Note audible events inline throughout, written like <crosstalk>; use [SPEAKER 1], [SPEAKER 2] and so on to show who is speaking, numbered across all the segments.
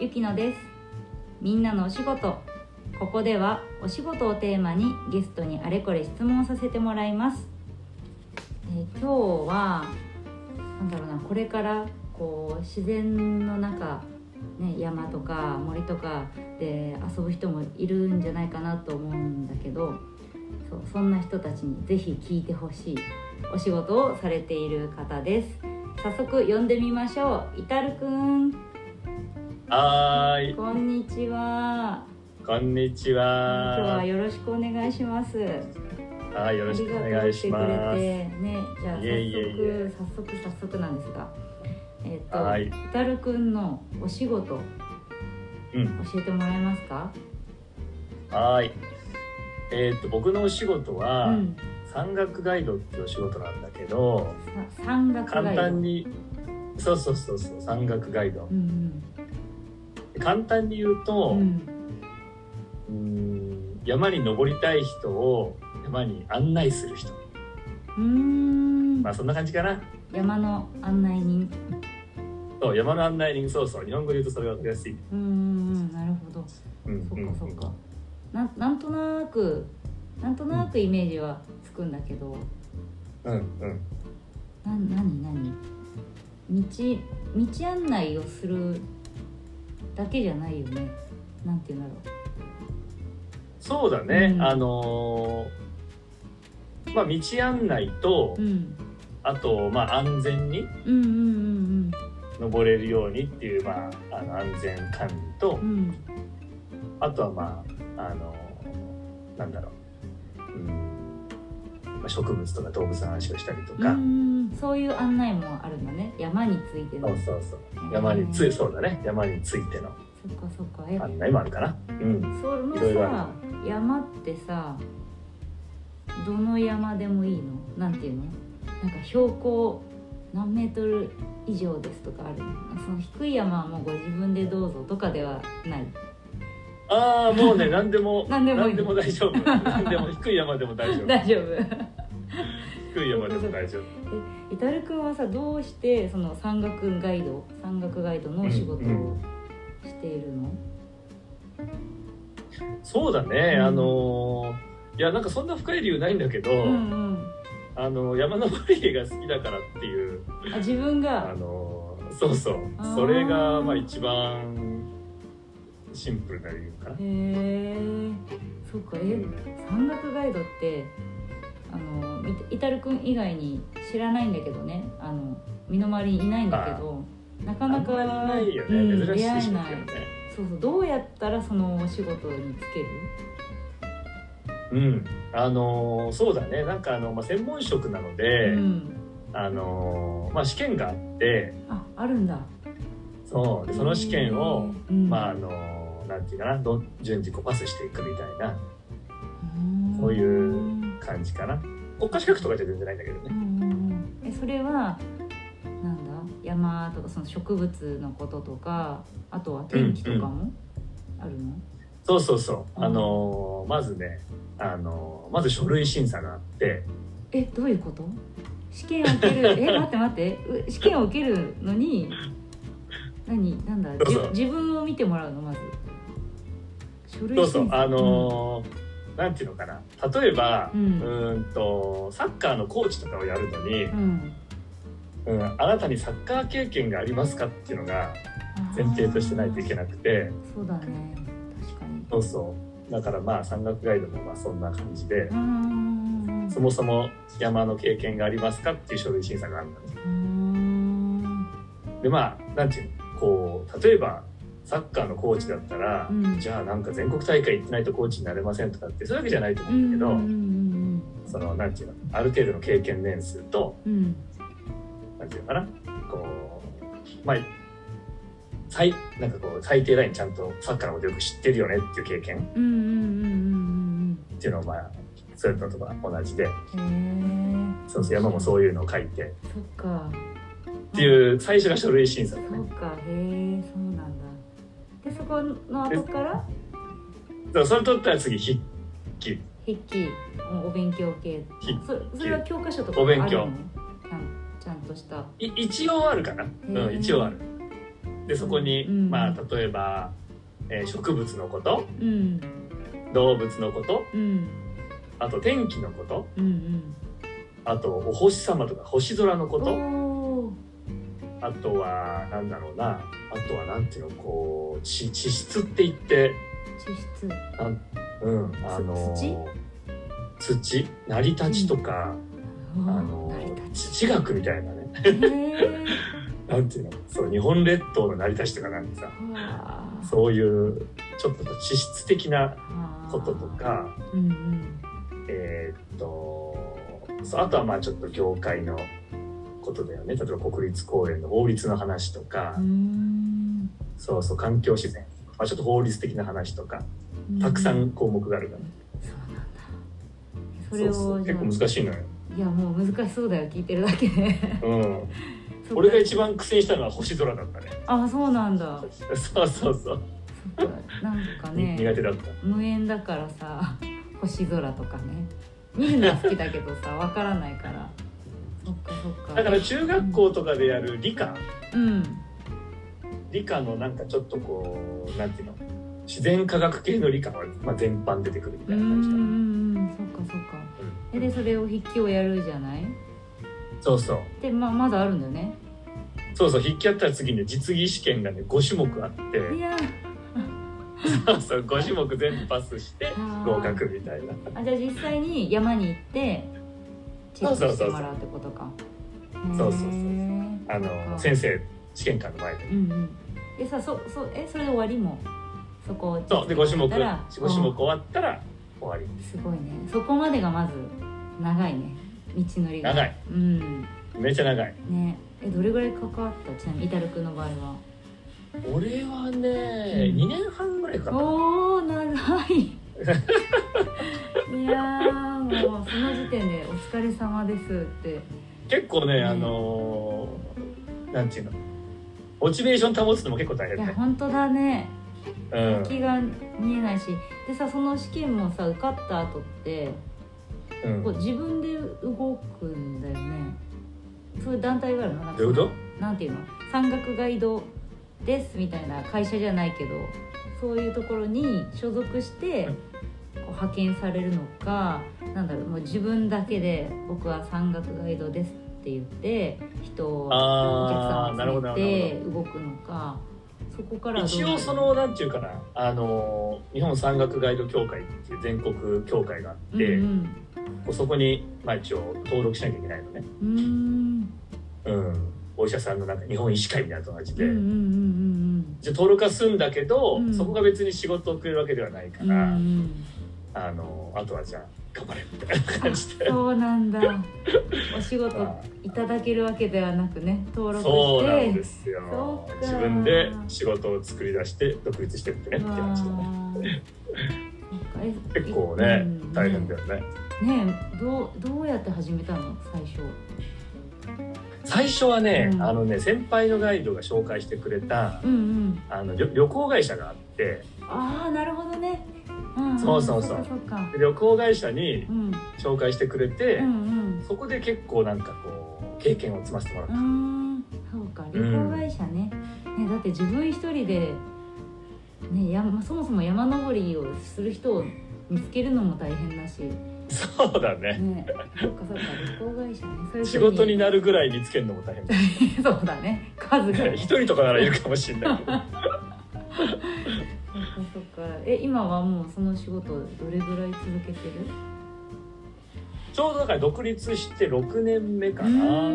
[SPEAKER 1] ゆきのですみんなのお仕事ここではお仕事をテーマにゲストにあれこれ質問させてもらいます、えー今日はなんだろうなこれからこう自然の中ね、山とか森とかで遊ぶ人もいるんじゃないかなと思うんだけどそうそんな人たちにぜひ聞いてほしいお仕事をされている方です早速呼んでみましょういたるくん
[SPEAKER 2] はーい、
[SPEAKER 1] こんにちは
[SPEAKER 2] こんにち
[SPEAKER 1] 今日は
[SPEAKER 2] は。
[SPEAKER 1] よろしくお願いします
[SPEAKER 2] はい、よろしくお願いしま
[SPEAKER 1] ありがとう来てく
[SPEAKER 2] す。
[SPEAKER 1] れてねじゃあ早速
[SPEAKER 2] いえいえいえ
[SPEAKER 1] 早速早速なんですがえっ、と、、
[SPEAKER 2] はいい
[SPEAKER 1] たるくんのお仕事
[SPEAKER 2] うん、
[SPEAKER 1] 教えてもらえますか
[SPEAKER 2] はーい。えーっと、僕のお仕事は、
[SPEAKER 1] うん
[SPEAKER 2] 山岳ガイドっていうお仕事なんだけど、
[SPEAKER 1] さ山岳ガイド
[SPEAKER 2] 簡単に、そうそうそうそう、山岳ガイド
[SPEAKER 1] う。ん
[SPEAKER 2] 簡単に言う
[SPEAKER 1] う
[SPEAKER 2] と、うんーん山に登りたい人を山に案内する人。
[SPEAKER 1] うんうーん
[SPEAKER 2] まあそんな感じかな。
[SPEAKER 1] 山の案内人
[SPEAKER 2] そう、山の案内人、そうそう、日本語で言うとそれが分かりやすい。
[SPEAKER 1] うんうんうんなるほど
[SPEAKER 2] うん、
[SPEAKER 1] そっ
[SPEAKER 2] うん
[SPEAKER 1] かそっかななんとなくなんとなくイメージはつくんだけど
[SPEAKER 2] うん、うん。
[SPEAKER 1] な何何道道案内をするだけじゃないよねなんて言うんだろ
[SPEAKER 2] そうだね、
[SPEAKER 1] うん
[SPEAKER 2] あのーまあ道案内と、
[SPEAKER 1] う、うん、
[SPEAKER 2] あとまあ安全に
[SPEAKER 1] うんうん
[SPEAKER 2] 登れるようにっていうまああの安全管理と
[SPEAKER 1] うんうんうん
[SPEAKER 2] あとはまああのーなんだろう、うんまあ、植物とか動物の話をしたりと
[SPEAKER 1] う
[SPEAKER 2] か、
[SPEAKER 1] んそういう案内もあるんだね山についての
[SPEAKER 2] そうそうそう山につ
[SPEAKER 1] へ
[SPEAKER 2] い
[SPEAKER 1] ー
[SPEAKER 2] そうだね山についての
[SPEAKER 1] そっかそっかえ
[SPEAKER 2] 案内もあるかなうん
[SPEAKER 1] その
[SPEAKER 2] いろいろ
[SPEAKER 1] さ
[SPEAKER 2] あ
[SPEAKER 1] 山ってさどの山でもいいのなんていうのなんか標高何メートル以上ですとかあるのその低い山はもうご自分でどうぞとかではない
[SPEAKER 2] ああもうね何でも
[SPEAKER 1] <laughs> 何でもいい
[SPEAKER 2] 何でも大丈夫何でも低い山でも大丈
[SPEAKER 1] <laughs>
[SPEAKER 2] 夫
[SPEAKER 1] 大丈夫
[SPEAKER 2] 低い山でも大丈夫
[SPEAKER 1] イタルくんはさどうしてその山岳ガイド山岳ガイドのお仕事
[SPEAKER 2] うんう
[SPEAKER 1] をしているの
[SPEAKER 2] そうだね、
[SPEAKER 1] うん
[SPEAKER 2] あのいやなんかそんな深い理由ないんだけど、
[SPEAKER 1] うんうん
[SPEAKER 2] あの山登りが好きだからっていう
[SPEAKER 1] あ自分
[SPEAKER 2] あ
[SPEAKER 1] が
[SPEAKER 2] のそうそう
[SPEAKER 1] あー
[SPEAKER 2] それがまあ一番シンプルな理由か
[SPEAKER 1] へ。
[SPEAKER 2] な
[SPEAKER 1] えそっかえ、
[SPEAKER 2] うん
[SPEAKER 1] 山岳ガイドってあのみイタルくん以外に知らないんだけどねあの身の回りにいないんだけどなか
[SPEAKER 2] あ
[SPEAKER 1] なんか
[SPEAKER 2] まりないよ
[SPEAKER 1] う
[SPEAKER 2] ね、
[SPEAKER 1] ん
[SPEAKER 2] 珍し
[SPEAKER 1] 出
[SPEAKER 2] い
[SPEAKER 1] 会え
[SPEAKER 2] し
[SPEAKER 1] ない
[SPEAKER 2] ね。
[SPEAKER 1] そうそうどうやったらそのお仕事につける
[SPEAKER 2] うん、あのそうだねなんかあの、まあ、専門職なので、
[SPEAKER 1] うん、
[SPEAKER 2] あのまあ、試験があって
[SPEAKER 1] ああるんだ
[SPEAKER 2] そうでその試験を、、
[SPEAKER 1] うん
[SPEAKER 2] まああのなんていうかなど順次こうパスしていくみたいな
[SPEAKER 1] うん
[SPEAKER 2] そういう
[SPEAKER 1] うん
[SPEAKER 2] 感じかな国家資格とかじゃ全然ないんだけどね
[SPEAKER 1] うんうんえそれはなんだ山とかその植物のこととかあとは天気とかもあるの、
[SPEAKER 2] そうそうそう
[SPEAKER 1] うん
[SPEAKER 2] あのーまずねあのーまず書類審査があって
[SPEAKER 1] えどういうこと試験を受け
[SPEAKER 2] <laughs>
[SPEAKER 1] るえ待って待ってう試験を受けるのに何なんだ
[SPEAKER 2] そう
[SPEAKER 1] じ
[SPEAKER 2] そう
[SPEAKER 1] 自分を見てもらうのまず書類
[SPEAKER 2] そうそう
[SPEAKER 1] 審査
[SPEAKER 2] あのーなんていうのかな例えば
[SPEAKER 1] う
[SPEAKER 2] うんんんとサッカーのコーチとかをやるのに
[SPEAKER 1] う、ん
[SPEAKER 2] うん、あなたにサッカー経験がありますかっていうのが前提としてないといけ
[SPEAKER 1] い
[SPEAKER 2] なくて
[SPEAKER 1] そうだね確かに
[SPEAKER 2] そうそうだからまあ山岳ガイドもまあそんな感じで
[SPEAKER 1] うーん
[SPEAKER 2] そもそも山の経験がありますかっていう書類審査があるんだね
[SPEAKER 1] うーん
[SPEAKER 2] でまあなんていうのこう例えばサッカーのコーチだったら、
[SPEAKER 1] うん
[SPEAKER 2] じゃあなんか全国大会行ってないとコーチになれませんとかってそういうわけじゃないと思
[SPEAKER 1] う
[SPEAKER 2] うん
[SPEAKER 1] ん
[SPEAKER 2] だけど、
[SPEAKER 1] うんうん
[SPEAKER 2] そのなんていうのある程度の経験年数と
[SPEAKER 1] うんうん
[SPEAKER 2] なんていうのかなこうまあ最なんかこう最低ラインちゃんとサッカーのことよく知ってるよねっていう経験
[SPEAKER 1] うんうんうんうん
[SPEAKER 2] っていうのはまあそういうのとか同じで
[SPEAKER 1] うんうんへえ
[SPEAKER 2] そうそう山もそういうのを書いてっ
[SPEAKER 1] そっか
[SPEAKER 2] ていう最初が書類審査だ
[SPEAKER 1] そう
[SPEAKER 2] ね
[SPEAKER 1] かへえそうなんだでそこの後から
[SPEAKER 2] そうそれ取ったら次筆記
[SPEAKER 1] 筆記お勉強系
[SPEAKER 2] 筆記
[SPEAKER 1] そそれは教科書とか
[SPEAKER 2] お勉
[SPEAKER 1] ある
[SPEAKER 2] 強
[SPEAKER 1] のちゃんちゃんとした
[SPEAKER 2] い一応あるかな、
[SPEAKER 1] へ
[SPEAKER 2] う
[SPEAKER 1] ー
[SPEAKER 2] ん、一応あるでそこに、
[SPEAKER 1] うん
[SPEAKER 2] まあ例えば、えー植物のこと
[SPEAKER 1] うん
[SPEAKER 2] 動物のこと
[SPEAKER 1] うん
[SPEAKER 2] あと天気のこと
[SPEAKER 1] うん
[SPEAKER 2] あとお星様とか星空の
[SPEAKER 1] う
[SPEAKER 2] こ
[SPEAKER 1] ん
[SPEAKER 2] と
[SPEAKER 1] おー
[SPEAKER 2] あとはなんだろうなあとはなんていうのこう地地質って言って、
[SPEAKER 1] 地質
[SPEAKER 2] うん、あの土成り立ちとか、
[SPEAKER 1] おー
[SPEAKER 2] あの
[SPEAKER 1] 成り立
[SPEAKER 2] 地地学みたいなね
[SPEAKER 1] ちへ
[SPEAKER 2] なんていうのそう日本列島の成り立ちとかなんかさ
[SPEAKER 1] ーわー
[SPEAKER 2] そういうちょっと地質的なこととか。
[SPEAKER 1] うんうん
[SPEAKER 2] えーっとそうあとはまあちょっと業界のことだよね例えば国立公園の法律の話とか、
[SPEAKER 1] うーん
[SPEAKER 2] そうそう環境自然、まあ、ちょっと法律的な話とかたくさん項目があるから、
[SPEAKER 1] そうなんだそ
[SPEAKER 2] そ
[SPEAKER 1] れ
[SPEAKER 2] うそう
[SPEAKER 1] をじゃ
[SPEAKER 2] 結
[SPEAKER 1] あ
[SPEAKER 2] 構難しいのよ、
[SPEAKER 1] いやもう難しそうだよ聞いてるだけで
[SPEAKER 2] うん、
[SPEAKER 1] そっか
[SPEAKER 2] <laughs> 俺が一番苦戦したのは星空だったね
[SPEAKER 1] あそうなんだ
[SPEAKER 2] <laughs> そうそうそう、
[SPEAKER 1] そっかなんかね
[SPEAKER 2] <laughs> 苦手だった
[SPEAKER 1] 無縁だからさ星空とかね見るのは好きだけど
[SPEAKER 2] <laughs>
[SPEAKER 1] さわからないからそっかそっか
[SPEAKER 2] だから中学校とかでやる理科
[SPEAKER 1] うん
[SPEAKER 2] 理科のなんかちょっとこうなんていうの自然科学系の理科は、まあ、全般出てくるみ
[SPEAKER 1] う
[SPEAKER 2] た
[SPEAKER 1] ん
[SPEAKER 2] いうな感じだ、
[SPEAKER 1] んうんそっかそっかえ
[SPEAKER 2] うん
[SPEAKER 1] でそれを筆記をやるじゃない
[SPEAKER 2] そうそう
[SPEAKER 1] でまあまだあるんだよね
[SPEAKER 2] そうそう筆記やったら次ね実技試験がね5種目あ
[SPEAKER 1] い
[SPEAKER 2] っ
[SPEAKER 1] や
[SPEAKER 2] て <laughs> そう5種目全部パスして
[SPEAKER 1] あー
[SPEAKER 2] 合格みたいな
[SPEAKER 1] あじゃあ実際に山に行ってチェックしてもらうってことか
[SPEAKER 2] そうそうそうそうそうそうそう
[SPEAKER 1] へー
[SPEAKER 2] あ
[SPEAKER 1] そっ
[SPEAKER 2] の
[SPEAKER 1] か
[SPEAKER 2] 先生試験官の前で
[SPEAKER 1] うんうんえさそそえそれで終わりもそこ
[SPEAKER 2] そうで5種目
[SPEAKER 1] だったら
[SPEAKER 2] 5種目終わったら終わり
[SPEAKER 1] すごいねそこまでがまず長いね道のりが
[SPEAKER 2] 長い
[SPEAKER 1] うん
[SPEAKER 2] めっちゃ長い
[SPEAKER 1] ねえどれぐらいかかったちなみにイタルくんの場合は
[SPEAKER 2] 俺はね
[SPEAKER 1] うん
[SPEAKER 2] 2年半ぐらいかかっ
[SPEAKER 1] おお長い
[SPEAKER 2] <laughs>
[SPEAKER 1] いやーもうその時点で「お疲れ様です」って
[SPEAKER 2] た結構ね
[SPEAKER 1] うん
[SPEAKER 2] あのーなんていうのモチベーション保つのも結構大
[SPEAKER 1] い
[SPEAKER 2] 変
[SPEAKER 1] や
[SPEAKER 2] <laughs> ね
[SPEAKER 1] 本当だね
[SPEAKER 2] うん
[SPEAKER 1] 気が見えないしでさその試験もさ受かった後って
[SPEAKER 2] うん
[SPEAKER 1] こう自分で動くんだよねそういう団体があるのなんか
[SPEAKER 2] どういうこと
[SPEAKER 1] なんていうの山岳ガイドですみたいな会社じゃないけどそういうところに所属して
[SPEAKER 2] うん
[SPEAKER 1] こう派遣されるのかなんだろうもう自分だけで僕は山岳ガイドですって言って人をお客
[SPEAKER 2] あ
[SPEAKER 1] さ
[SPEAKER 2] あなる
[SPEAKER 1] ん
[SPEAKER 2] ほ
[SPEAKER 1] を
[SPEAKER 2] どな
[SPEAKER 1] 集
[SPEAKER 2] るほ
[SPEAKER 1] め
[SPEAKER 2] ど
[SPEAKER 1] て動くのかそこからはどう
[SPEAKER 2] 一
[SPEAKER 1] なる
[SPEAKER 2] 応そのなんていうかなあの日本山岳ガイド協会っていう全国協会があ
[SPEAKER 1] う
[SPEAKER 2] っ
[SPEAKER 1] ん
[SPEAKER 2] て、
[SPEAKER 1] うん
[SPEAKER 2] そこに、まあ、一応登録しなきゃいけないのね、
[SPEAKER 1] うーん
[SPEAKER 2] うん、お医者さんのなんか日本医師会みたいなのと同じ
[SPEAKER 1] うんう
[SPEAKER 2] で、
[SPEAKER 1] んうんうん
[SPEAKER 2] じゃあ登録は済んだけど、
[SPEAKER 1] うん
[SPEAKER 2] そこが別に仕事をくれるわけではないか
[SPEAKER 1] うんうんう
[SPEAKER 2] ら、
[SPEAKER 1] ん
[SPEAKER 2] あのあとはじゃあ頑張れみたいな
[SPEAKER 1] <laughs>
[SPEAKER 2] 感じで。
[SPEAKER 1] そうなんだお仕事
[SPEAKER 2] まあ
[SPEAKER 1] いただけるわけではなくね登録して
[SPEAKER 2] そうなんですよ
[SPEAKER 1] そうか
[SPEAKER 2] 自分で仕事を作り出して独立してってねって
[SPEAKER 1] わ
[SPEAKER 2] 感じでね
[SPEAKER 1] ー
[SPEAKER 2] 結構ね
[SPEAKER 1] うん
[SPEAKER 2] 大変だよね
[SPEAKER 1] ねえどうどうやって始めたの最初
[SPEAKER 2] 最初はね、
[SPEAKER 1] うん
[SPEAKER 2] あのね先輩のガイドが紹介してくれた
[SPEAKER 1] うんうん
[SPEAKER 2] あの旅旅行会社があって
[SPEAKER 1] ああなるほどね、うんん
[SPEAKER 2] そうそうそう
[SPEAKER 1] っかそっか
[SPEAKER 2] で旅行会社に
[SPEAKER 1] うん
[SPEAKER 2] 紹介してくれて、
[SPEAKER 1] うん
[SPEAKER 2] そこで結構なんかこう経験を積ませてもらっ
[SPEAKER 1] うん
[SPEAKER 2] た、
[SPEAKER 1] うーんそうか旅行会社ね,、ねだって自分一人でね山そもそも山登りをする人を見つけるのも大変だし
[SPEAKER 2] そうだね
[SPEAKER 1] ねそっかそっか旅行会社ね <laughs> そういう
[SPEAKER 2] 仕
[SPEAKER 1] ふう
[SPEAKER 2] 事になるぐらい見つけるのも大
[SPEAKER 1] <laughs>
[SPEAKER 2] 変だ
[SPEAKER 1] そうだね数が、ね、
[SPEAKER 2] 一人とかならいるかもしれないけど
[SPEAKER 1] <laughs> そっかそっかえ今はもうその仕事どれぐらい続けてる
[SPEAKER 2] ちょうどだから独立して6年目か
[SPEAKER 1] う
[SPEAKER 2] な
[SPEAKER 1] ー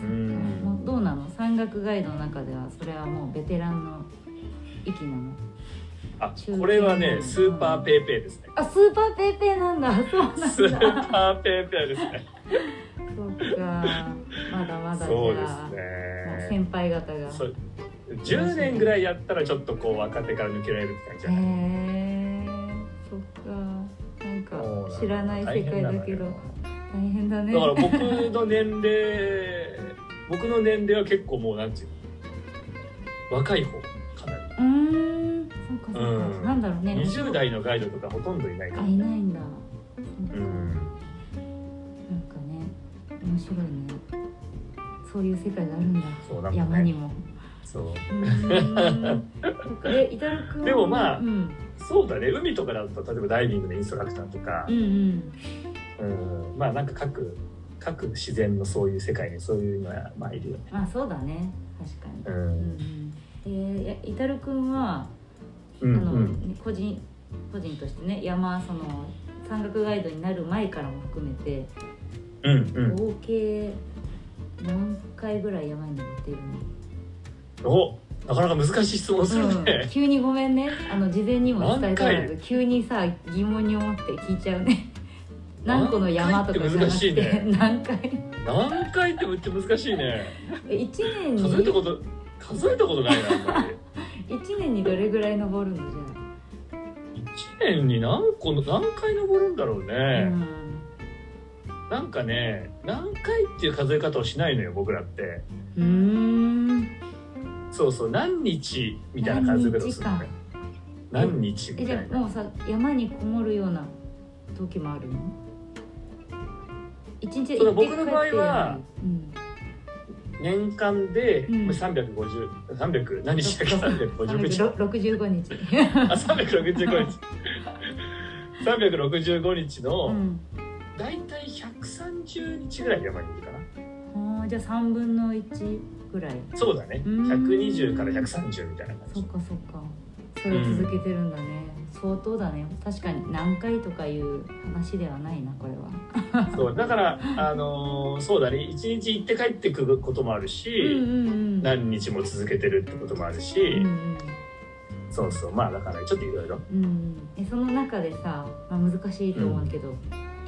[SPEAKER 2] うん
[SPEAKER 1] んもうどうなの山岳ガイドの中ではそれはもうベテランの域なの
[SPEAKER 2] あこれはねスーパーペーペ
[SPEAKER 1] <laughs>
[SPEAKER 2] ーですね
[SPEAKER 1] あスーパーペーペー <laughs> なんだそうなんだ
[SPEAKER 2] ス
[SPEAKER 1] そ
[SPEAKER 2] ー
[SPEAKER 1] <laughs>
[SPEAKER 2] パーペーペーですね
[SPEAKER 1] っかまだまだじ
[SPEAKER 2] そうで
[SPEAKER 1] ゃあ、も
[SPEAKER 2] す
[SPEAKER 1] う
[SPEAKER 2] ね
[SPEAKER 1] 先輩方が
[SPEAKER 2] そう10年ぐらいやったらちょっとこう若手から抜けられるって感じ
[SPEAKER 1] へ
[SPEAKER 2] だ
[SPEAKER 1] え
[SPEAKER 2] ね
[SPEAKER 1] そっかなん
[SPEAKER 2] そう
[SPEAKER 1] か
[SPEAKER 2] だね
[SPEAKER 1] 知らない世界だけど大変だね
[SPEAKER 2] だから僕の年齢 <laughs> 僕の年齢は結構もうなんていうの若い方かな
[SPEAKER 1] うーんそっかそっか、
[SPEAKER 2] うん
[SPEAKER 1] なんだろうね
[SPEAKER 2] り20代のガイドとかほとんどいないか
[SPEAKER 1] あ
[SPEAKER 2] ら、
[SPEAKER 1] いないんだ
[SPEAKER 2] う
[SPEAKER 1] そっか
[SPEAKER 2] ん、
[SPEAKER 1] なんかね面白いねそういう世界があるんだ
[SPEAKER 2] そうなんかね <laughs>
[SPEAKER 1] 山にも
[SPEAKER 2] そう
[SPEAKER 1] うーんそっかえ、イタル君
[SPEAKER 2] でもまあ
[SPEAKER 1] うん、
[SPEAKER 2] そうだね海とかだと例えばダイビングのインストラクターとか
[SPEAKER 1] うん、うん、
[SPEAKER 2] うんまあなんか各各自然のそういう世界にそういうのはまあいるよね。
[SPEAKER 1] まあそうだね、確かに
[SPEAKER 2] う。
[SPEAKER 1] うんんうん、えー、いイタル君は、
[SPEAKER 2] う
[SPEAKER 1] あ
[SPEAKER 2] ん
[SPEAKER 1] の、
[SPEAKER 2] うん
[SPEAKER 1] 個人個人としてね、山その山岳ガイドになる前からも含めて、
[SPEAKER 2] うんうん
[SPEAKER 1] 合計何回ぐらい山に登っているの？
[SPEAKER 2] おなかなか難しい質問する
[SPEAKER 1] うん
[SPEAKER 2] ね。
[SPEAKER 1] 急にごめんねあの事前にも伝えたら
[SPEAKER 2] 何
[SPEAKER 1] ず急にさ疑問に思って聞いちゃう
[SPEAKER 2] <laughs>
[SPEAKER 1] ね何個の山とかじゃなくて何回,、
[SPEAKER 2] 何回ってめっちゃ難しいね。
[SPEAKER 1] え一年
[SPEAKER 2] 数えた
[SPEAKER 1] に
[SPEAKER 2] こと数えたことないなあんまり。
[SPEAKER 1] 一年にどれぐらい登るのじゃ
[SPEAKER 2] 一年に何個の何回登るんだろう
[SPEAKER 1] あ、
[SPEAKER 2] ね
[SPEAKER 1] う。ん
[SPEAKER 2] なんかね何回っていう数え方をしないのよ僕らって。
[SPEAKER 1] うーん
[SPEAKER 2] そうそう何日みたいな数え方をするのね。何日
[SPEAKER 1] えじ
[SPEAKER 2] みた
[SPEAKER 1] ゃ
[SPEAKER 2] い
[SPEAKER 1] あ
[SPEAKER 2] な。
[SPEAKER 1] もうさ山にこもるような時もあるの一日で
[SPEAKER 2] その
[SPEAKER 1] 行って帰
[SPEAKER 2] 僕
[SPEAKER 1] って
[SPEAKER 2] の場合は
[SPEAKER 1] うん
[SPEAKER 2] 年間で、
[SPEAKER 1] うん
[SPEAKER 2] 三百350、300、何日だっけ、355日。
[SPEAKER 1] 365日
[SPEAKER 2] <laughs> あ、365日。365日
[SPEAKER 1] う
[SPEAKER 2] の、
[SPEAKER 1] ん
[SPEAKER 2] だいたい130日ぐらい山にいるかな。
[SPEAKER 1] あーじゃあ3分の1ぐらい
[SPEAKER 2] そうだね。
[SPEAKER 1] うん
[SPEAKER 2] 120から130みたいな感
[SPEAKER 1] そっ
[SPEAKER 2] じ。
[SPEAKER 1] かそっかそれを続けてるんだね、相当だね確かに何回とかいう話ではないなこれは
[SPEAKER 2] そう、だから、あのーそうだね。1日行って帰ってくることもある
[SPEAKER 1] うん
[SPEAKER 2] し、
[SPEAKER 1] うんうん
[SPEAKER 2] 何日も続けてるってこともある
[SPEAKER 1] う
[SPEAKER 2] し
[SPEAKER 1] んう、ん
[SPEAKER 2] そうそう。まあ、だから、ちょっといろいろ。
[SPEAKER 1] うんうんえその中でさ、まあ、難しいと思うけど、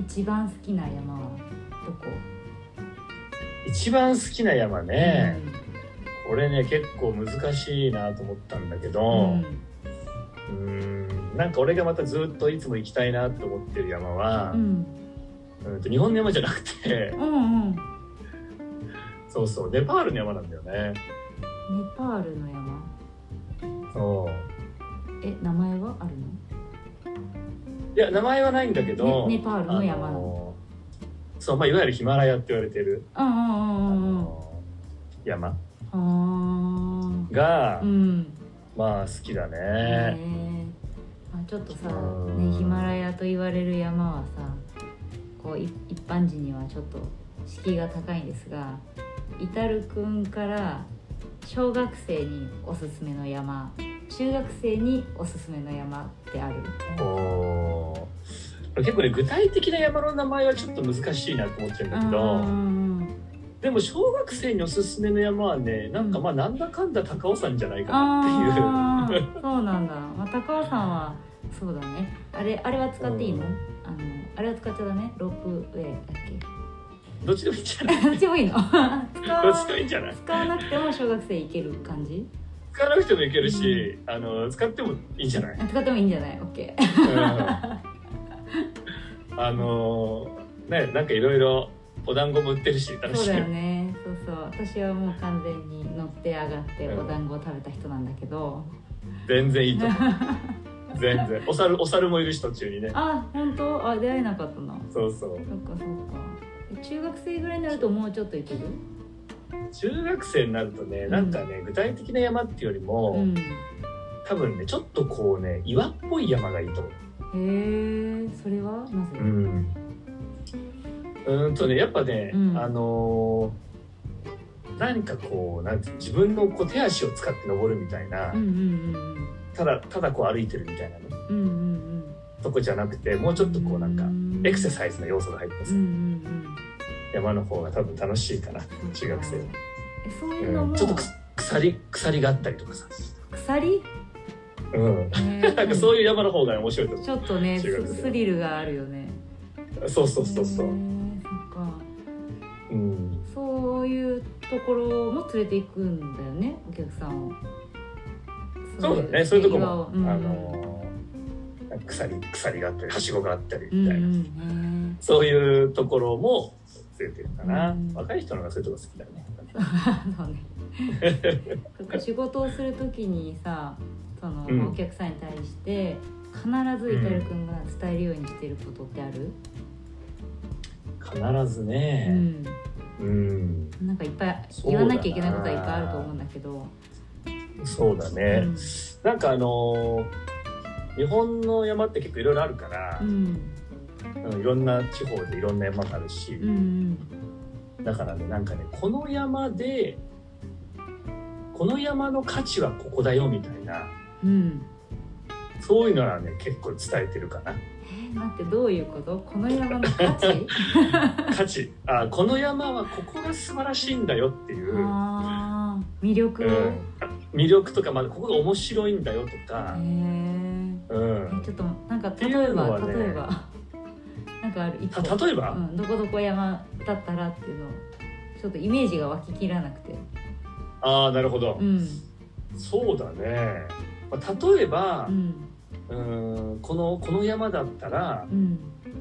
[SPEAKER 1] 一番好きな山はどこ、
[SPEAKER 2] 一番好きな山ね、
[SPEAKER 1] え
[SPEAKER 2] これね、結構難しいなと思ったんだけど、うーんなんか俺がまたずっといつも行きたいなと思ってる山は、
[SPEAKER 1] うんうん
[SPEAKER 2] うんと日本の山じゃなくて <laughs>
[SPEAKER 1] うんうんネ
[SPEAKER 2] そうそうネパールの山なんだよね
[SPEAKER 1] パールの山
[SPEAKER 2] そう
[SPEAKER 1] え名前はあるの
[SPEAKER 2] いや名前はないんだけど、
[SPEAKER 1] ねネパールの山なの
[SPEAKER 2] あのそうまあいわゆるヒマラヤって言われてる、
[SPEAKER 1] うんうん
[SPEAKER 2] あ
[SPEAKER 1] うんうん
[SPEAKER 2] の山
[SPEAKER 1] あ
[SPEAKER 2] が、
[SPEAKER 1] あうん
[SPEAKER 2] まあ好きだ
[SPEAKER 1] へ
[SPEAKER 2] ね、
[SPEAKER 1] えまあ、ちょっとさ、
[SPEAKER 2] うん
[SPEAKER 1] ね、ヒマラヤと言われる山はさこうい一般人にはちょっと敷居が高いんですがイタルくんから小学生におすすめの山中学生におすすめの山ってある
[SPEAKER 2] こう結構ね具体的な山の名前はちょっと難しいなと思ってるんだけ
[SPEAKER 1] う
[SPEAKER 2] ど、
[SPEAKER 1] ん
[SPEAKER 2] でも小学生におすすめの山はねなんかまあなんだかんだ高尾山じゃないかなっていう。
[SPEAKER 1] あーそうなんだ、まあ、高尾山はそうだねあれあれは使っていいの,、
[SPEAKER 2] うん
[SPEAKER 1] あのあれは使っちゃダメロープウェイだっけ
[SPEAKER 2] どっちでもいいんじゃない <laughs>
[SPEAKER 1] どっちもいいの使わ
[SPEAKER 2] どっちでもいいんじゃない
[SPEAKER 1] 使わなくても小学生いける感じ
[SPEAKER 2] 使わなくてもいけるし、あの使ってもいいんじゃない、
[SPEAKER 1] あ使ってもいいんじゃない ?OK <laughs>
[SPEAKER 2] うんあのねなんかいろいろお団子も売ってるし楽
[SPEAKER 1] そう
[SPEAKER 2] しい
[SPEAKER 1] だよ
[SPEAKER 2] よ
[SPEAKER 1] ねそうそう私はもう完全に乗って上がって
[SPEAKER 2] うん
[SPEAKER 1] お団子を食べた人なんだけど、
[SPEAKER 2] 全然いい
[SPEAKER 1] <laughs>
[SPEAKER 2] と思う全然お猿お猿もいるし途中にね
[SPEAKER 1] あ本当あ出会えなかったな
[SPEAKER 2] そうそう
[SPEAKER 1] そっかそっかえ中学生ぐらいになるともうちょっといける
[SPEAKER 2] 中学生になるとねなんかね、具体的な山っていうよりも、
[SPEAKER 1] うんへ
[SPEAKER 2] 多分ねちょっとこうね岩っぽい山がいいと思う
[SPEAKER 1] えそれはなぜ、
[SPEAKER 2] うんうーんとねやっぱね、
[SPEAKER 1] うん
[SPEAKER 2] あのー何かこうなんていうの自分のこう手足を使って登るみたいな、
[SPEAKER 1] うん、うん
[SPEAKER 2] ただただこう歩いてるみたいなね
[SPEAKER 1] うんうんうんうん
[SPEAKER 2] とこじゃなくてもうちょっとこうなんかエクサ
[SPEAKER 1] イ
[SPEAKER 2] サイズの要素が入ってます、
[SPEAKER 1] うんうんうん
[SPEAKER 2] 山の方が多分楽しいかな、
[SPEAKER 1] そっか
[SPEAKER 2] 中学生は
[SPEAKER 1] えそういうの
[SPEAKER 2] うん
[SPEAKER 1] も、
[SPEAKER 2] ちょっとく鎖鎖があったりとかさ、
[SPEAKER 1] 鎖、
[SPEAKER 2] うん、
[SPEAKER 1] えー
[SPEAKER 2] なんかそういう山の方が面白いと思
[SPEAKER 1] ちょっとね
[SPEAKER 2] 中学
[SPEAKER 1] ス
[SPEAKER 2] 生
[SPEAKER 1] スリルがあるよね
[SPEAKER 2] うそうそうそうそう
[SPEAKER 1] へーそっか
[SPEAKER 2] うん
[SPEAKER 1] そういうところも連れていくんだよねお客さんを
[SPEAKER 2] そうだねそういうとこ
[SPEAKER 1] 岩
[SPEAKER 2] も
[SPEAKER 1] を、うん
[SPEAKER 2] あのーなんか鎖鎖があったりはしごがあったり
[SPEAKER 1] う
[SPEAKER 2] み
[SPEAKER 1] んう
[SPEAKER 2] たいな、
[SPEAKER 1] ん
[SPEAKER 2] そういうところも連れてるかな、
[SPEAKER 1] うん
[SPEAKER 2] 若い人の方がそういうとこ好きだね
[SPEAKER 1] へーそうねそっか仕事をするときにさその、
[SPEAKER 2] うん
[SPEAKER 1] お客さんに対して必ずイタル君が伝えるようにしてることってある、
[SPEAKER 2] 必ず
[SPEAKER 1] う
[SPEAKER 2] ね
[SPEAKER 1] ん
[SPEAKER 2] うん、
[SPEAKER 1] なんかいっぱい
[SPEAKER 2] そう
[SPEAKER 1] 言
[SPEAKER 2] だ
[SPEAKER 1] わ
[SPEAKER 2] な
[SPEAKER 1] なきゃいけないことはいっぱいあると思うんだけど
[SPEAKER 2] そうだ
[SPEAKER 1] う
[SPEAKER 2] ね、
[SPEAKER 1] ん
[SPEAKER 2] なんかあのー日本の山って結構いろいろあるから
[SPEAKER 1] う、ん
[SPEAKER 2] うんいろんな地方でいろんな山があるし、
[SPEAKER 1] うん
[SPEAKER 2] だからねなんかねこの山でこの山の価値はここだよみたいな
[SPEAKER 1] うんうん
[SPEAKER 2] そういうのはね結構伝えてるかな
[SPEAKER 1] えー待ってどういうことこの山の価
[SPEAKER 2] <laughs>
[SPEAKER 1] 値
[SPEAKER 2] 価値あこの山はここが素晴らしいんだよっていう、うん、
[SPEAKER 1] あー魅力を、
[SPEAKER 2] 魅力とか、まあ、ここが面白いんだよとか、
[SPEAKER 1] へ
[SPEAKER 2] う
[SPEAKER 1] えー、
[SPEAKER 2] ん、
[SPEAKER 1] ちょっとなんか
[SPEAKER 2] て
[SPEAKER 1] 例
[SPEAKER 2] い
[SPEAKER 1] え
[SPEAKER 2] うの
[SPEAKER 1] ば、
[SPEAKER 2] はね
[SPEAKER 1] 例えば <laughs> なんかある一個
[SPEAKER 2] た例えば、
[SPEAKER 1] うん、どこどこ山だったらっていうのをちょっとイメージが湧ききらなくて
[SPEAKER 2] ああなるほど、
[SPEAKER 1] うん
[SPEAKER 2] そうだね、まあ、例えば
[SPEAKER 1] う、ん
[SPEAKER 2] うん、このこの山だったら
[SPEAKER 1] うん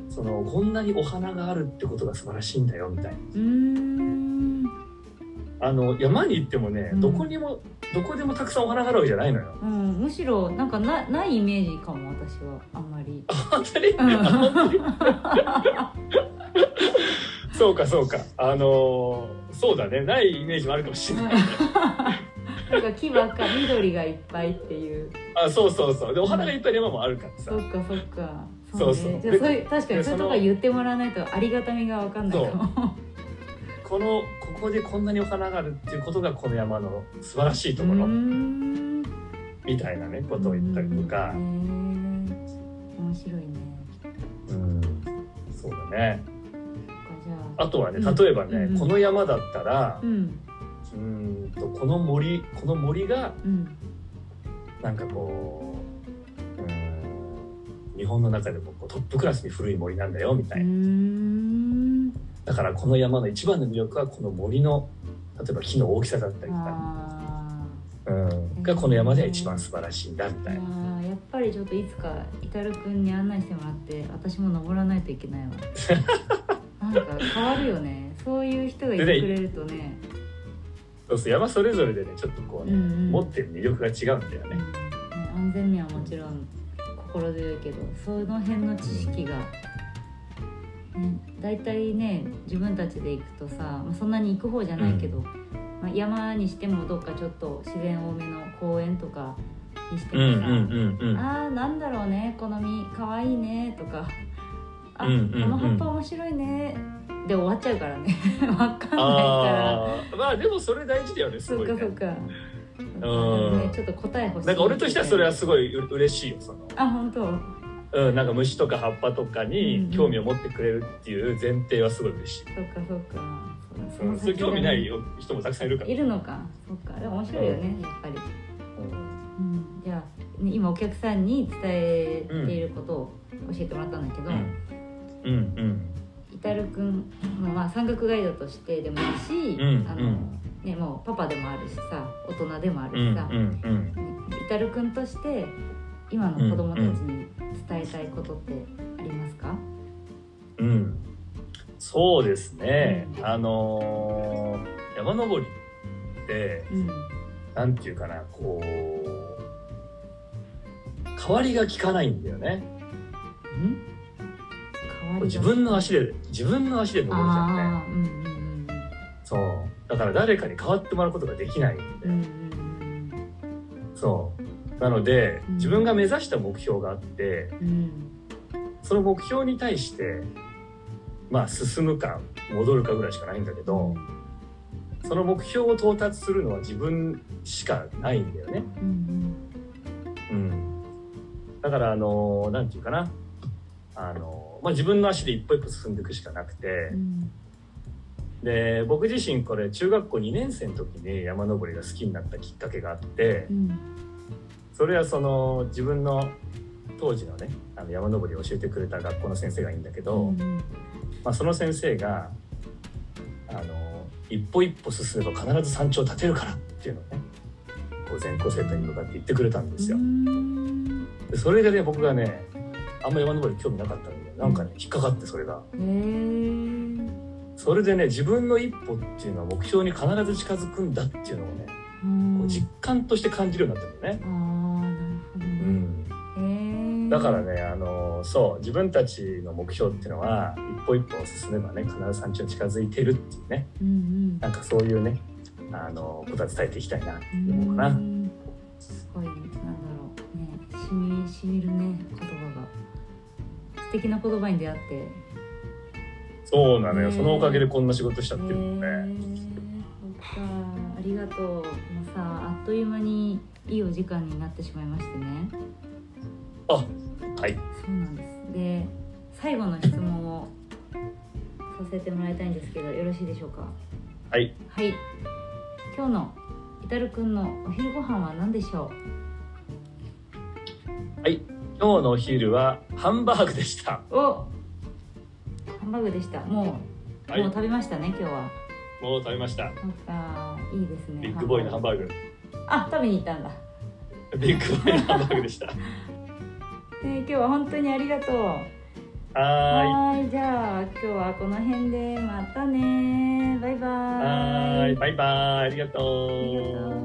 [SPEAKER 2] そのこんなにお花があるってことが素晴らしいんだよみたいな。
[SPEAKER 1] うーん
[SPEAKER 2] あの山に行ってもね、
[SPEAKER 1] うん
[SPEAKER 2] どこにもどこでもたくさんお花があるわけじゃないのよ。
[SPEAKER 1] うん、むしろなんかなないイメージかも私はあんまり。
[SPEAKER 2] 本当に、
[SPEAKER 1] うん
[SPEAKER 2] <laughs> そうかそうかあのーそうだねないイメージもあるかもしれない。
[SPEAKER 1] なんか木ばっか緑がいっぱいっていう。
[SPEAKER 2] あそうそうそうでお花がいっぱいの山もあるからさ
[SPEAKER 1] そ。っかそっか。
[SPEAKER 2] そうそう
[SPEAKER 1] じゃあそういう確かにそう
[SPEAKER 2] で
[SPEAKER 1] いう
[SPEAKER 2] そ
[SPEAKER 1] と
[SPEAKER 2] の
[SPEAKER 1] こ言ってもらわないとありがたみがわかんないかも。
[SPEAKER 2] このここでこんなにお花があるっていうことがこの山の素晴らしいとこ
[SPEAKER 1] うー
[SPEAKER 2] ろ
[SPEAKER 1] ん
[SPEAKER 2] みたいなねことを言ったりとか
[SPEAKER 1] へ。ー面白いね。
[SPEAKER 2] うんそうだね。
[SPEAKER 1] そっかじゃあ。
[SPEAKER 2] あとはね
[SPEAKER 1] うん
[SPEAKER 2] 例えばね、
[SPEAKER 1] うん
[SPEAKER 2] この山だったら
[SPEAKER 1] う、ん
[SPEAKER 2] うーんとこの森この森が
[SPEAKER 1] うん
[SPEAKER 2] なんかこう、うーん日本の中でもこうトップクラスに古い森なんだよみ
[SPEAKER 1] う
[SPEAKER 2] た
[SPEAKER 1] ー
[SPEAKER 2] いな。
[SPEAKER 1] ん。
[SPEAKER 2] だからこの山の一番の魅力はこの森の、例えば木の大きさだったりとか、
[SPEAKER 1] あ
[SPEAKER 2] うん、がこの山では一番素晴らしいんだみ
[SPEAKER 1] ー
[SPEAKER 2] たいな。
[SPEAKER 1] あーやっぱりちょっといつかイタルくんに案内してもらって私も登らないといけ
[SPEAKER 2] <laughs>
[SPEAKER 1] ないわなんか変わるよねそういう人がいてくれるとね
[SPEAKER 2] そうそう、山それぞれでね、ちょっとこう
[SPEAKER 1] う
[SPEAKER 2] ね、
[SPEAKER 1] んうん
[SPEAKER 2] 持ってる魅力が違うんだよ
[SPEAKER 1] うん
[SPEAKER 2] ね。
[SPEAKER 1] ね安全面はもちろん心強いけどその辺の知識が、ね、大体ね自分たちで行くとさ、まあ、そんなに行く方じゃないけど、まあ、山にしてもどっかちょっと自然多めの公園とかにして
[SPEAKER 2] うん
[SPEAKER 1] も
[SPEAKER 2] う
[SPEAKER 1] さ、
[SPEAKER 2] んうんうん。
[SPEAKER 1] あーなんだろうねこの実かわいいねとかあ、
[SPEAKER 2] うんうんうん
[SPEAKER 1] この葉っぱ面白いねで終わっちゃうからね <laughs> わかんないから
[SPEAKER 2] ああ、まあでもそれ大事だよね、す
[SPEAKER 1] そ
[SPEAKER 2] ご
[SPEAKER 1] っ
[SPEAKER 2] い、ね
[SPEAKER 1] か。そっか、
[SPEAKER 2] うん
[SPEAKER 1] ね、ちょっと答え欲しい
[SPEAKER 2] なんか俺としてはそれはすごいう嬉しいよ、その。
[SPEAKER 1] あ本当
[SPEAKER 2] うん、なんか虫とか葉っぱとか
[SPEAKER 1] うんう
[SPEAKER 2] に
[SPEAKER 1] ん
[SPEAKER 2] 興味を持ってくれるっていう前提はすごい嬉しい。
[SPEAKER 1] そっかそっか
[SPEAKER 2] う
[SPEAKER 1] の
[SPEAKER 2] ん、それ
[SPEAKER 1] 先が
[SPEAKER 2] 興
[SPEAKER 1] ね
[SPEAKER 2] 味ないよ人もたくさんいるから。
[SPEAKER 1] いるのかそっかでも面白いよねやっぱり、
[SPEAKER 2] うん
[SPEAKER 1] うん、じゃあね今お客さんに伝えていることを教えてもらったんだけど、
[SPEAKER 2] うん
[SPEAKER 1] イタルくんの、まあ、山岳ガイドとしてでもいいし、
[SPEAKER 2] うん
[SPEAKER 1] あ
[SPEAKER 2] う
[SPEAKER 1] の
[SPEAKER 2] ん
[SPEAKER 1] ね、もうパパでもあるしさ大人でもあ
[SPEAKER 2] う
[SPEAKER 1] るし
[SPEAKER 2] ん
[SPEAKER 1] さ、
[SPEAKER 2] うんうん
[SPEAKER 1] ねイタルくんとして今の子供たちに伝えたいことってありますか、
[SPEAKER 2] うんそうですね
[SPEAKER 1] う。ん
[SPEAKER 2] あのー山登りって
[SPEAKER 1] うん
[SPEAKER 2] なんていうかなこう変わりが効かないんだよね。
[SPEAKER 1] 変わりが
[SPEAKER 2] 自分の足で自分の足で登るじゃんね。
[SPEAKER 1] あーうんうん
[SPEAKER 2] そうだから誰かに変わってもらうことができないん
[SPEAKER 1] う
[SPEAKER 2] だ
[SPEAKER 1] んうん
[SPEAKER 2] よ。
[SPEAKER 1] うん
[SPEAKER 2] そうなので
[SPEAKER 1] うん
[SPEAKER 2] 自分が目指した目標があって
[SPEAKER 1] うんうん
[SPEAKER 2] その目標に対してまあ進むか戻るかぐらいしかないんだけどその目標を到達するのは自分しかないんだよね。
[SPEAKER 1] うん
[SPEAKER 2] うん、だからあの何て言うかなあの、まあ、自分の足で一歩一歩進んでいくしかなくて
[SPEAKER 1] うんうん
[SPEAKER 2] で僕自身これ中学校2年生の時に山登りが好きになったきっかけがあって
[SPEAKER 1] うん
[SPEAKER 2] それはその自分の当時のねあの山登りを教えてくれた学校の先生がいいんだけど。
[SPEAKER 1] うん
[SPEAKER 2] まあ、その先生があの一歩一歩進めば必ず山頂を立てるからっていうのをねこう全校生徒に向かって言ってくれたんですよ。
[SPEAKER 1] うん
[SPEAKER 2] でそれでね僕がねあんま山登り興味なかったのでなんかね引っかかってそれが
[SPEAKER 1] へー
[SPEAKER 2] それでね自分の一歩っていうのは目標に必ず近づくんだっていうのをね
[SPEAKER 1] うん
[SPEAKER 2] こう実感として感じるようになったんだよね。
[SPEAKER 1] あーなるほど
[SPEAKER 2] う
[SPEAKER 1] ねへ
[SPEAKER 2] ん
[SPEAKER 1] ー
[SPEAKER 2] だからねあのそう自分たちの目標っていうのは一歩一歩進めばね必ず山頂に近づいてるっていうね
[SPEAKER 1] うんうん
[SPEAKER 2] なんかそういうね、あの、ことは伝えていきたいなって思うか
[SPEAKER 1] う
[SPEAKER 2] な。
[SPEAKER 1] んすごいなんだろうねしみしみるね言葉が素敵な言葉に出会って
[SPEAKER 2] そうなのよ、
[SPEAKER 1] ねえ
[SPEAKER 2] そのおかげでこんな仕事しちゃってるもんね、
[SPEAKER 1] えそっかありがとうもうさあっという間にいいお時間になってしまいましてね
[SPEAKER 2] あはい
[SPEAKER 1] そうなんですで最後の質問をさせてもらいたいんですけどよろしいでしょうか
[SPEAKER 2] はい
[SPEAKER 1] はい今日のいたるくんのお昼ご飯は何でしょ
[SPEAKER 2] 今日のお昼はハンバーグでした
[SPEAKER 1] うおハンバーグでしたもう、
[SPEAKER 2] はい
[SPEAKER 1] もう食べましたね今日は
[SPEAKER 2] もう食べました
[SPEAKER 1] なんかいいですね
[SPEAKER 2] ビッグボーイのハンバーグ
[SPEAKER 1] あ食べに行ったんだ
[SPEAKER 2] ビッグボーイのハンバーグで <laughs> した
[SPEAKER 1] えー今日は本当にありがとう
[SPEAKER 2] は
[SPEAKER 1] はーいじゃあ今日はこの辺でまたねバイバー
[SPEAKER 2] ーい
[SPEAKER 1] イ
[SPEAKER 2] はーいバイバイありが
[SPEAKER 1] ありがとう